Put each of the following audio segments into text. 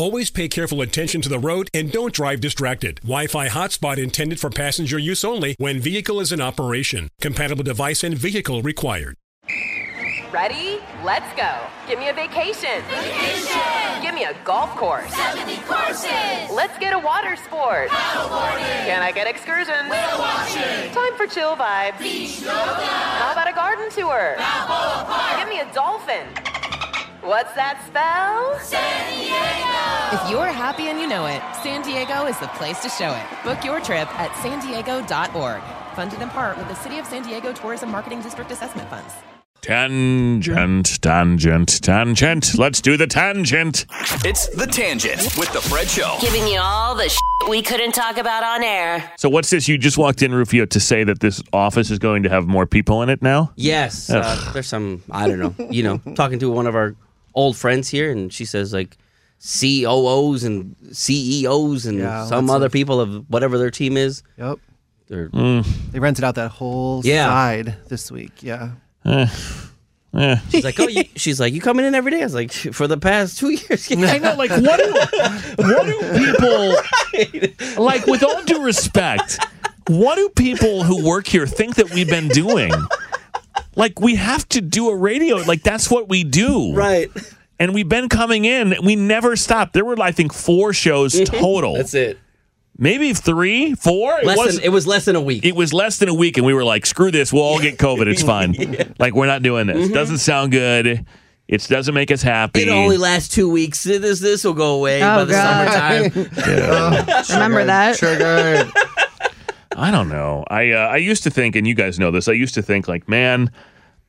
Always pay careful attention to the road and don't drive distracted. Wi-Fi hotspot intended for passenger use only when vehicle is in operation. Compatible device and vehicle required. Ready? Let's go. Give me a vacation. Vacation. Give me a golf course. 70 courses. Let's get a water sport. Can I get excursions? Whale watching. Time for chill vibes. Beach yoga. How about a garden tour? Balboa Park. Give me a dolphin. What's that spell? San Diego. If you're happy and you know it, San Diego is the place to show it. Book your trip at san sandiego.org. Funded in part with the City of San Diego Tourism Marketing District Assessment Funds. Tangent, tangent, tangent. Let's do the tangent. It's The Tangent with The Fred Show. giving you all the shit we couldn't talk about on air. So, what's this? You just walked in, Rufio, to say that this office is going to have more people in it now? Yes, uh, there's some I don't know. You know, talking to one of our old friends here, and she says like COOs and CEOs and Yeah, some lots other of- people of whatever their team is. Yep. They're, Mm. They rented out that whole Yeah. side this week. Yeah. She's like, oh, you, she's like, you coming in every day? I was like, for the past two years. I know, like, what do, what do people, like, with all due respect, what do people who work here think that we've been doing? Like, we have to do a radio. Like, that's what we do. right. And we've been coming in. We never stopped. There were, I think, four shows total. That's it. Maybe three, four. It Less wasn't- than, it was less than a week. it was less than a week and we were like screw this we'll all get covid it's fine like we're not doing this doesn't sound good it doesn't make us happy Mm-hmm. It only lasts two weeks. This this will go away by Oh, the God. summertime. Remember that? Triggered. i don't know i uh, i used to think and you guys know this i used to think like man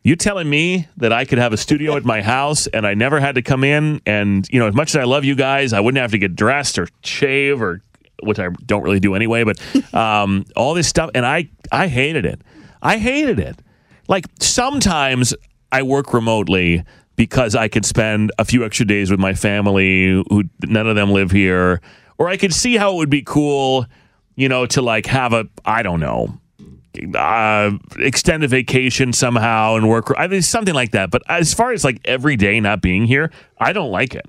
you telling me that I could have a studio at my house and I never had to come in and you know as much as I love you guys I wouldn't have to get dressed or shave or which I don't really do anyway but um, all this stuff and I I hated it I hated it like sometimes I work remotely because I could spend a few extra days with my family who none of them live here or I could see how it would be cool you know to like have a I don't know uh, extend a vacation somehow and work. I mean, something like that. But as far as like every day not being here, I don't like it.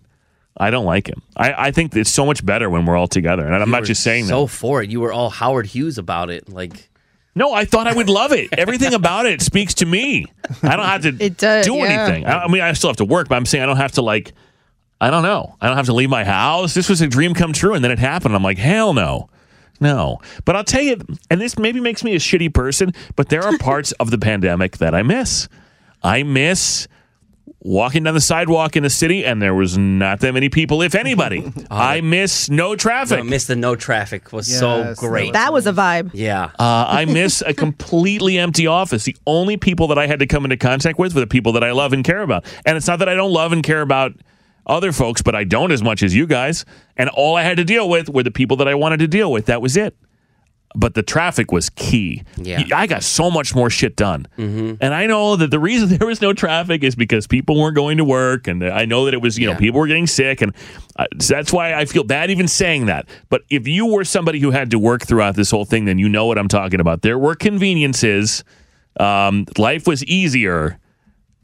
I don't like it. I, I think it's so much better when we're all together. And I'm not just saying so that. for it. You were all Howard Hughes about it. Like No, I thought I would love it. Everything about it speaks to me. I don't have to It does, do yeah. anything. I, I mean, I still have to work, but I'm saying I don't have to like. I don't know. I don't have to leave my house. This was a dream come true, and then it happened. I'm like, hell no, no. But I'll tell you, and this maybe makes me a shitty person, but there are parts of the pandemic that I miss. I miss walking down the sidewalk in the city, and there was not that many people, if anybody. I miss no traffic. I miss the no traffic was so Yes, that great. That was a vibe. yeah. Uh, I miss a completely empty office. The only people that I had to come into contact with were the people that I love and care about. And it's not that I don't love and care about other folks, but I don't as much as you guys. And all I had to deal with were the people that I wanted to deal with. That was it. But the traffic was key. Yeah. Mm-hmm. I got so much more shit done. And I know that the reason there was no traffic is because people weren't going to work. And I know that it was, you know, Yeah. people were getting sick. And uh, so that's why I feel bad even saying that. But if you were somebody who had to work throughout this whole thing, then you know what I'm talking about. There were conveniences. Um, life was easier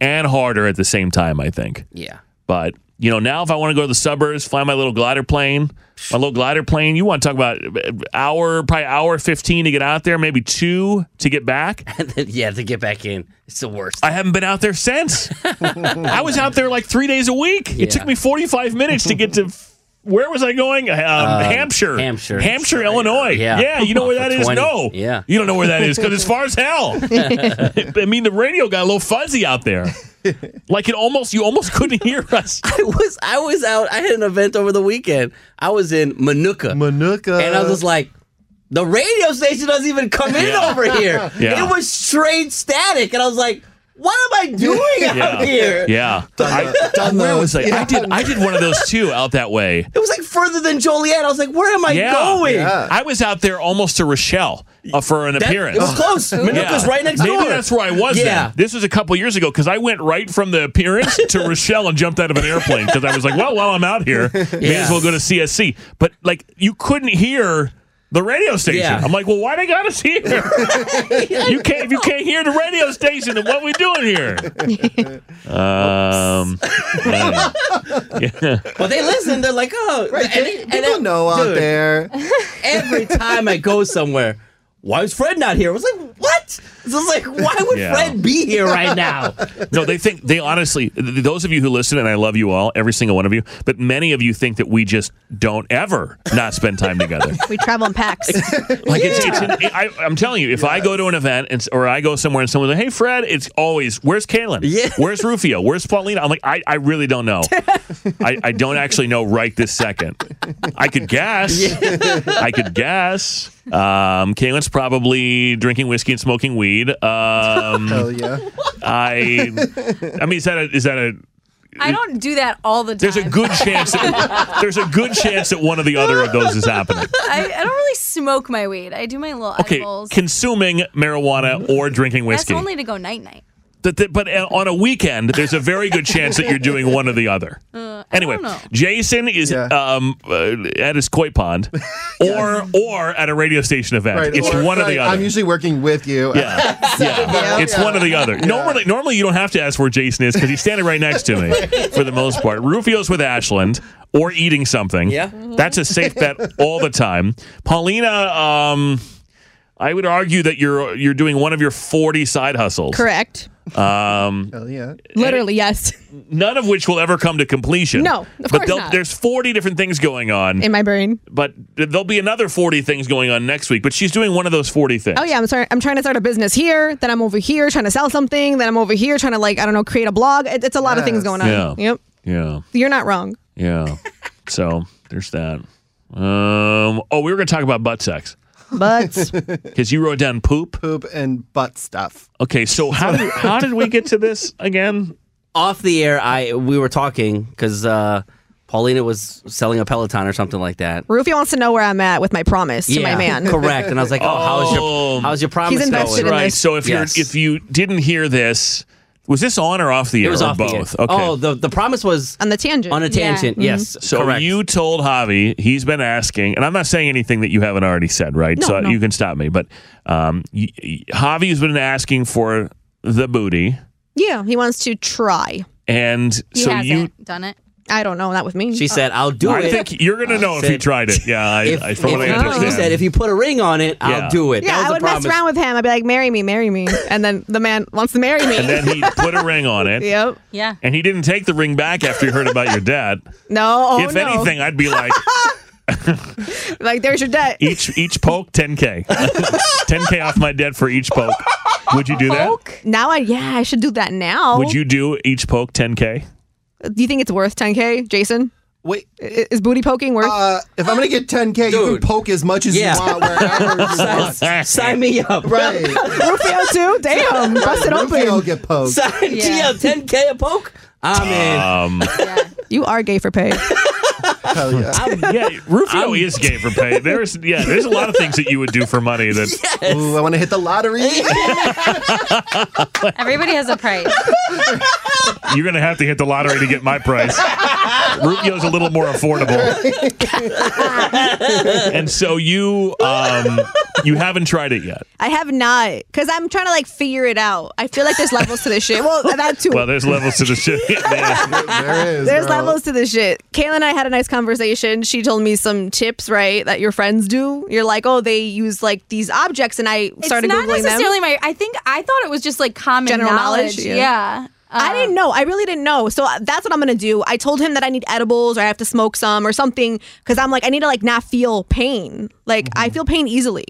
and harder at the same time, I think. Yeah. But you know, now if I want to go to the suburbs, fly my little glider plane, my little glider plane, you want to talk about uh, hour, probably hour fifteen to get out there, maybe two to get back. yeah, to get back in, it's the worst. I haven't been out there since. I was out there like three days a week. It took Yeah. me forty five minutes to get to where was I going? Um, Um, Hampshire. Hampshire. Hampshire, Illinois. Yeah. Yeah, you know where that is? 20. No. Yeah. You don't know where that is because it's far as hell. I mean, the radio got a little fuzzy out there. Like it almost, you almost couldn't hear us. I was I was out. I had an event over the weekend. I was in Manuka. Manuka. And I was just like, the radio station doesn't even come in Yeah. over here. Yeah. It was straight static. And I was like, what am I doing out here? Yeah. I, where was I? I did. I did one of those too out that way. It was like further than Joliet. I was like, where am I yeah. going? I was out there almost to Rochelle uh, for an That- appearance. It was close. Manuka's right next Maybe door. that's where I was. Yeah. then. This was a couple years ago because I went right from the appearance to Rochelle and jumped out of an airplane because I was like, well, while I'm out here, may as Yeah. well go to CSC. But like, you couldn't hear. The radio station. Yeah. I'm like, well, why they got us here? you can't if you can't hear the radio station, then what we doing here? Um, yeah. Yeah. But they listen. They're like, oh, Right, and- they- and- people know out dude. there. every time I go somewhere, why is Fred not here? I was like, what? So it's like, why would Yeah. Fred be here right now? No, they think they honestly. th- th- Those of you who listen, and I love you all, every single one of you. But many of you think that we just don't ever not spend time together. We travel in packs. Like it's, it's an, I, I'm telling you, if I go to an event and, s- or I go somewhere and someone's like, "Hey, Fred," it's always, "Where's Kalen? Yeah. Where's Rufio? Where's Paulina?" I'm like, I, I really don't know. I, I don't actually know right this second. I could guess. I could guess. Um, Kalen's probably drinking whiskey and smoking weed. Um, Hell yeah. I, I mean, is that a, is that a I don't do that all the time. there's a good chance that, there's a good chance that one of the other of those is happening. I, I don't really smoke my weed. I do my little Okay, edibles. consuming marijuana or drinking That's whiskey. only to go night night. That- that- but uh, on a weekend, there's a very good chance that you're doing one or the other. Uh, I Anyway, don't know. Jason is um, uh, at his koi pond, or or at a radio station event. it's or- one or right, the other. I'm usually working with you. Yeah. yeah. It's one or the other. Normally, normally you don't have to ask where Jason is because he's standing right next to me for the most part. Rufio's with Ashland or eating something. Yeah. Mm-hmm. That's a safe bet all the time. Paulina, um, I would argue that you're you're doing one of your 40 side hustles. Correct. Um, Hell yeah. Literally, yes. none of which will ever come to completion. No, of but course they'll- not. there's 40 different things going on. In my brain. but there'll be another 40 things going on next week. But she's doing one of those 40 things. Oh yeah, I'm sorry. I'm trying to start a business here. Then I'm over here trying to sell something. Then I'm over here trying to like I don't know create a blog. It, it's a lot of things Yes. going on. Yeah. Yep. Yeah. You're not wrong. Yeah. so there's that. Um, oh, we were going to talk about butt sex But because you wrote down poop. Poop and butt stuff. Okay, so how did, how did we get to this again? Off the air, I we were talking because uh, Paulina was selling a Peloton or something like that. Rufio wants to know where I'm at with my promise to my man. correct. And I was like, oh, how's Oh. your how's your promise He's invested going? in Right. this- So if Oh, Yes. you if you didn't hear this, was this on or off the air? It was or off the air. both. Okay. Oh, the the promise was On the tangent. Mm-hmm. on a tangent. Yes, so correct. you told Javi he's been asking, and I'm not saying anything that you haven't already said, right? No, so no. you can stop me. But um, y- y- Javi has been asking for the booty, Yeah, he wants to try. and He so hasn't you. done it. I don't know. Not with me. she Uh, said, "I'll do I it." Uh, think you're gonna know if he said- tried it. Yeah, I, if, I, from what I if you- understand. He said, "If you put a ring on it, Yeah. I'll do it." Yeah, that was I the would promise. mess around with him. I'd be like, marry me, marry me. And then the man wants to marry me. and then he put a ring on it. yep. Yeah. And he didn't take the ring back after he heard about your debt. No. Oh, if no. anything, I'd be like, Like, there's your debt. each each poke, 10K. 10K off my debt for each poke. Would you do that? Now I, yeah, I should do that now. Would you do each poke 10K? Do you think it's worth 10K, Jason? Wait. I- Is booty poking worth? Uh, if I'm gonna get 10k, you can Dude. poke as much as Yeah. you want wherever you want. Sign me up. Right. Rufio too? Damn. Bust it Rufio open. get poked. Sign me Yeah. up. 10k a poke. I'm Um, in. Yeah. You are gay for pay. Hell yeah. yeah, Rufio is gay for pay. There's yeah, there's a lot of things that you would do for money that Ooh, I want to hit the lottery. Everybody has a price. you're gonna have to hit the lottery to get my price. Rufio's a little more affordable, and so you um, you haven't tried it yet. I have not, because I'm trying to like figure it out. I feel like there's levels to this shit. Well, that too. Well, there's levels to the shit. Yeah. there is. There's bro. levels to this shit. Kayla and I had a nice conversation. She told me some tips, right, that your friends do. You're like, oh, they use like these objects, and I started it's not googling them. necessarily my. I think I thought it was just like common General knowledge, knowledge. yeah. yeah. Uh, I didn't know. I really didn't know. So uh, that's what I'm gonna do. I told him that I need edibles or I have to smoke some or something because I'm like I need to like not feel pain. Like I feel pain easily.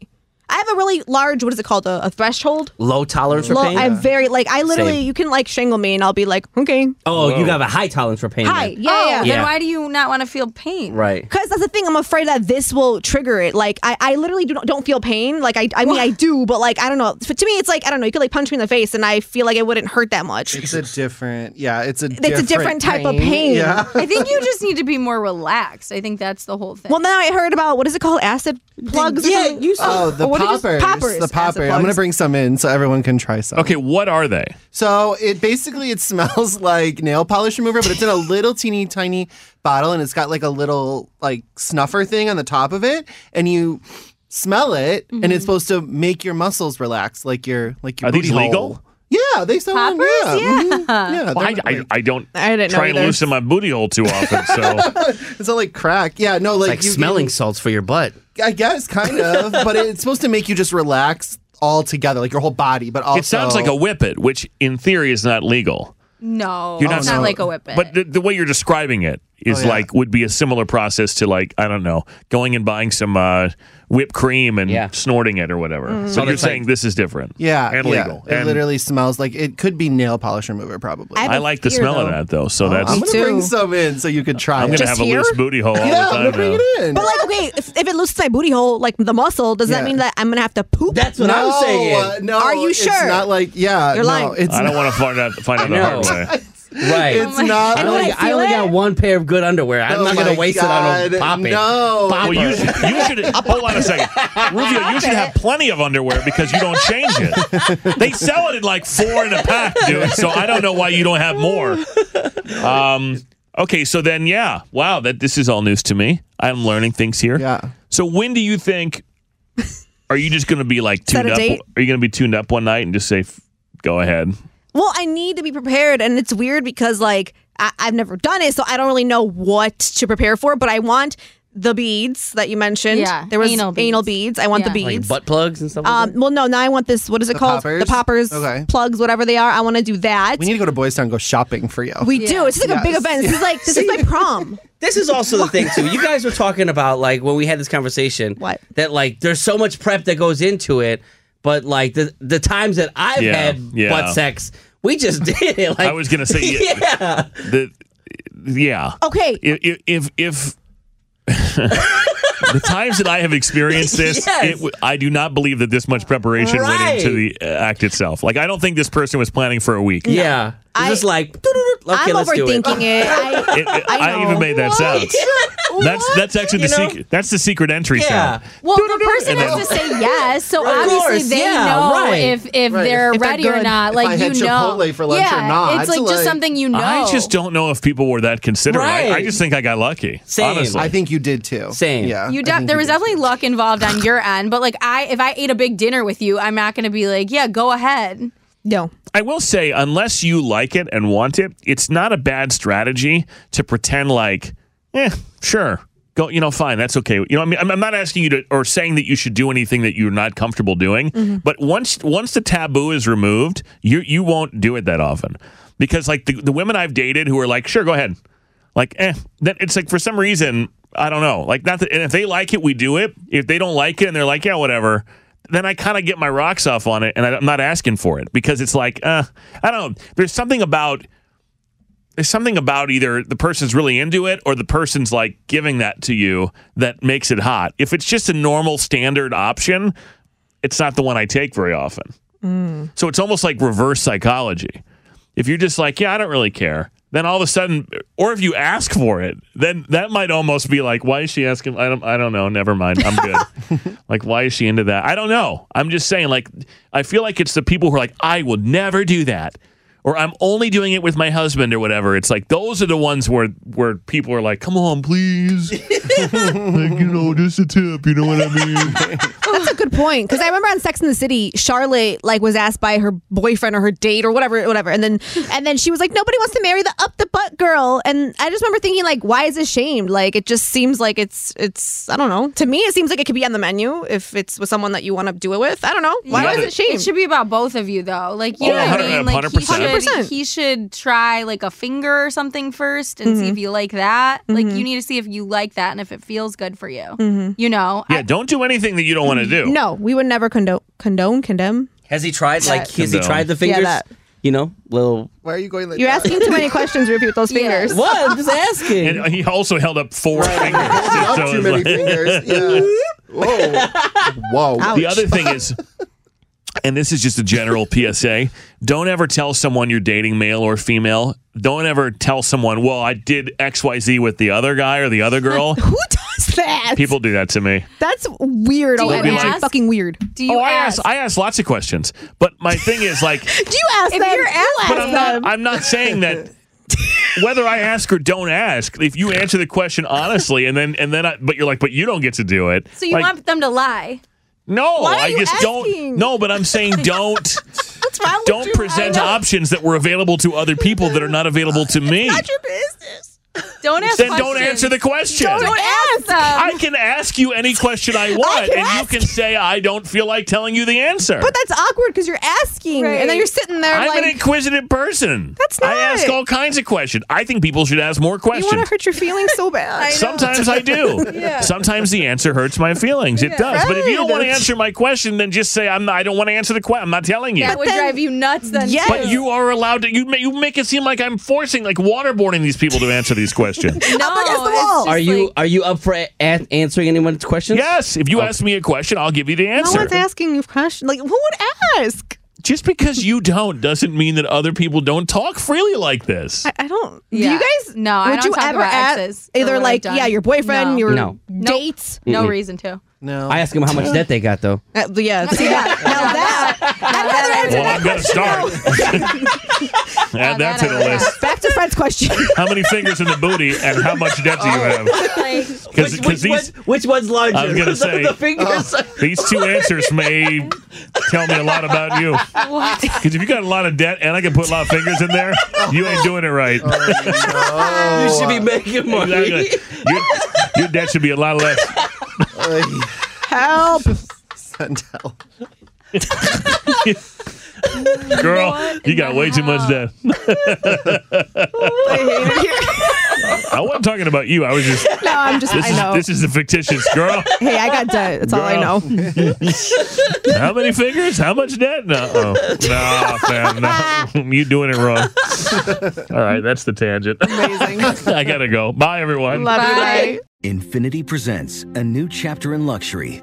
I have a really large what is it called a, a threshold. Low tolerance for Low- pain. I'm very like I literally Same. you can like strangle me and I'll be like okay. oh, you have a high tolerance for pain. Hi, yeah, then. yeah. Yeah. Oh, Then why do you not want to feel pain? Right. Because that's the thing. I'm afraid that this will trigger it. Like, I, I literally do not, don't feel pain. Like, I, I mean, I do, but like, I don't know. But to me, it's like, I don't know. You could like punch me in the face and I feel like it wouldn't hurt that much. It's a different. Yeah, it's a. It's a different type of pain. Yeah. I think you just need to be more relaxed. I think that's the whole thing. Well, now I heard about what is it called? Acid plugs? Yeah, you Oh, the poppers. The popper. I'm gonna bring some in so everyone can try some. Okay, what are they? So it basically it smells like nail polish remover, but it's in a little teeny tiny bottle, and it's got like a little like snuffer thing on the top of it, and you smell it, and Mm-hmm. it's supposed to make your muscles relax, like your like your. Are these booty legal? hole. Yeah, they sell them. Yeah, mhm. yeah. Well, I, they're- I, I don't I didn't know try and either. loosen my booty hole too often. So it's not like crack. Yeah, no, like, Like you- smelling salts for your butt. I guess kind of, but it's supposed to make you just relax all together, like your whole body, but also it sounds like a whippet, which in theory is not legal. No, You're Oh, not it's so- not like a whippet. But the, the way you're describing it is Oh, yeah. like would be a similar process to like I don't know going and buying some uh, whipped cream and snorting it or whatever. Mhm. So Oh, you're that's like- saying this is different, Yeah, and yeah. legal. It and literally smells like it could be nail polish remover, probably. I have a I like the fear, smell of though. that, though, so Oh, that's- I'm Me gonna too. bring some in so you could try. I'm it. gonna have a loose booty hole all the Yeah, I'm gonna time bring now. it in. But like, okay, if, if it loosens my booty hole, like the muscle, does that Yeah. mean that I'm gonna have to poop? That's what I'm No, saying. uh, no, Are you it's sure? not like- yeah, You're no, lying. it's I don't want to find out find out the hard way. Right. Oh It's not. I only, like, I only got one pair of good underwear. I'm Oh not going my to waste it on a God, popping. no. Popper. Well, you, should- you should hold on a second, Rubio. You should have plenty of underwear because you don't change it. They sell it in like four in a pack, dude. So I don't know why you don't have more. Um, okay, so then yeah, wow, that this is all news to me. I'm learning things here. Yeah. So when do you think? Are you just going to be like Set tuned a up? date? Are you going to be tuned up one night and just say, "F- "Go ahead"? Well, I need to be prepared, and it's weird because like I- I've never done it, so I don't really know what to prepare for. But I want the beads that you mentioned. Yeah, there was anal anal beads. beads. I want the Like beads. butt plugs and stuff like um, well, no, now I want this. What is it The called? The poppers? poppers, Okay. plugs, whatever they are. I want to do that. We need to go to Boys Town and go shopping for you. We do. It's just like a big event. This is like this is my prom. This is also the thing too. You guys were talking about like when we had this conversation What? that like there's so much prep that goes into it, but like the the times that I've Yeah, had yeah. butt sex, we just did it. Like, I was going to say, yeah. The, yeah. Okay. If if, if the times that I have experienced this, Yes. it w- I do not believe that this much preparation Right. went into the uh, act itself. Like I don't think this person was planning for a week. Yeah. It's just like okay, I'm let's do it. overthinking it. I, It- it- I, know. even made that sound. That's that's actually the You know? secret. That's the secret entry Yeah. sound. Well, the person And then- has to say yes, so Right. Of obviously course, they yeah, know right. if if Right. they're If they're ready or good, not. if Like I you had know, Chipotle for lunch or yeah, not, It's like, like- just something you know. I just don't know if people were that considerate. I- I, Right. just think I got lucky. Honestly, I think you did too. Same. Yeah. You I de- think there you was did. definitely luck involved on your end, but like I, if I ate a big dinner with you, I'm not going to be like, yeah, go ahead. No. I will say, unless you like it and want it, it's not a bad strategy to pretend like, eh, sure. Go, you know, fine, that's okay. You know, I mean, I'm, I'm not asking you to or saying that you should do anything that you're not comfortable doing. But once once the taboo is removed, you you won't do it that often because like the, the women I've dated who are like, sure, go ahead, like, eh, that it's like for some reason I don't know, like not that. And if they like it, we do it. If they don't like it and they're like, yeah, whatever. Then I kind of get my rocks off on it, and I, I'm not asking for it because it's like, uh, I don't know. There's something about there's something about either the person's really into it or the person's like giving that to you that makes it hot. If it's just a normal standard option, it's not the one I take very often. So it's almost like reverse psychology. If you're just like, yeah, I don't really care, then all of a sudden, or if you ask for it, then that might almost be like, why is she asking? I don't, I don't know. Never mind. I'm good. like, why is she into that? I don't know. I'm just saying, like, I feel like it's the people who are like, I would never do that. Or I'm only doing it with my husband or whatever. It's like those are the ones where where people are like, "Come on, please, like you know, just a tip." You know what I mean? That's a good point because I remember on Sex in the City, Charlotte like was asked by her boyfriend or her date or whatever, whatever, and then and then she was like, nobody wants to marry the up the butt girl, and I just remember thinking like, why is it shamed? Like it just seems like it's it's I don't know. To me, it seems like it could be on the menu if it's with someone that you want to do it with. I don't know. Why Yeah. is it shamed? It should be about both of you though. Like you know Oh, what I 100, mean? Like he 100%. should he should try like a finger or something first and see Mhm. if you like that. Like Mhm. you need to see if you like that and if it feels good for you. Mhm. You know? Yeah, don't do anything that you don't want to do. No, we would never condone condone condemn. Has he tried like has he Condone. tried the Yeah, fingers? that. You know, little Why are you going like You're that? asking too many questions. Repeat those fingers. What? I'm just asking. And uh, he also held up four fingers. So Not too it's many like- fingers. Yeah. Whoa. Whoa. The other thing is, and this is just a general PSA: don't ever tell someone you're dating, male or female. Don't ever tell someone, "Well, I did X, Y, Z with the other guy or the other girl." Who does that? People do that to me. That's weird. Do Oh, you that's ask? fucking weird. Do you oh, I ask? I ask lots of questions, but my thing is like, Do you ask If them? you're You asked, ask but I'm not. them. I'm not saying that. Whether I ask or don't ask, if you answer the question honestly, and then and then, I, but you're like, but you don't get to do it. So you Like, want them to lie. No, Why are I you just don't. asking? No, but I'm saying don't. What's wrong with don't you? present I know. options that were available to other people that are not available to me. Not your business. Don't ask Then questions. don't answer the question. Don't, ask them. I can ask you any question I want, can and ask. you can say I don't feel like telling you the answer. But that's awkward because you're asking, and then you're sitting there I'm like, an inquisitive person. That's I ask not- all kinds of questions. I think people should ask more you want questions. to hurt your feelings so bad. Sometimes I do. Sometimes the answer hurts my feelings. It does. But if you don't Right. want to answer my question, then just say I'm. Not, I don't want to answer the question. I'm not telling you. That would then- drive you nuts then. Yes. But you are allowed to. You ma- you make it seem like I'm forcing, like waterboarding these people to answer these questions. too. No, against the it's wall. just Are you like- are you up for a- a- answering anyone's questions? yes, if you ask me a question, I'll give you the No answer. one's asking you questions. Like, who would ask? Just because you don't doesn't mean that other people don't talk freely like this. I, I don't. Do Yeah. you guys? No, I Would don't you talk ever about ask exes or either what I've like, done. yeah, your boyfriend, No. your No. dates? No Mm-mm. reason to. No. I ask him how much debt they got though. Uh, yeah, see that? Now that I'd rather well, answer I'm gonna start. Add that to the list. that. Back to Fred's question. How many fingers in the booty, and how much debt do you have? Like, Because which, these one- which one's larger? I was gonna The- say- the fingers. these two answers may tell me a lot about you. what? Because if you got a lot of debt, and I can put a lot of fingers in there, you ain't doing it right. you should be making money. uh, Exactly. Your, your debt should be a lot less. Help. Send help. Girl, What you in got the way too much debt. I hate it here. I wasn't talking about you. I was just No, I'm just, this I is know. this is a fictitious girl. hey, I got debt. That's all I Girl. know. How many fingers? How much debt? No, oh. no, fam, no. You doing it wrong. All right, that's the tangent. Amazing. I gotta go. Bye, everyone. Love you. Bye. Infinity presents a new chapter in luxury,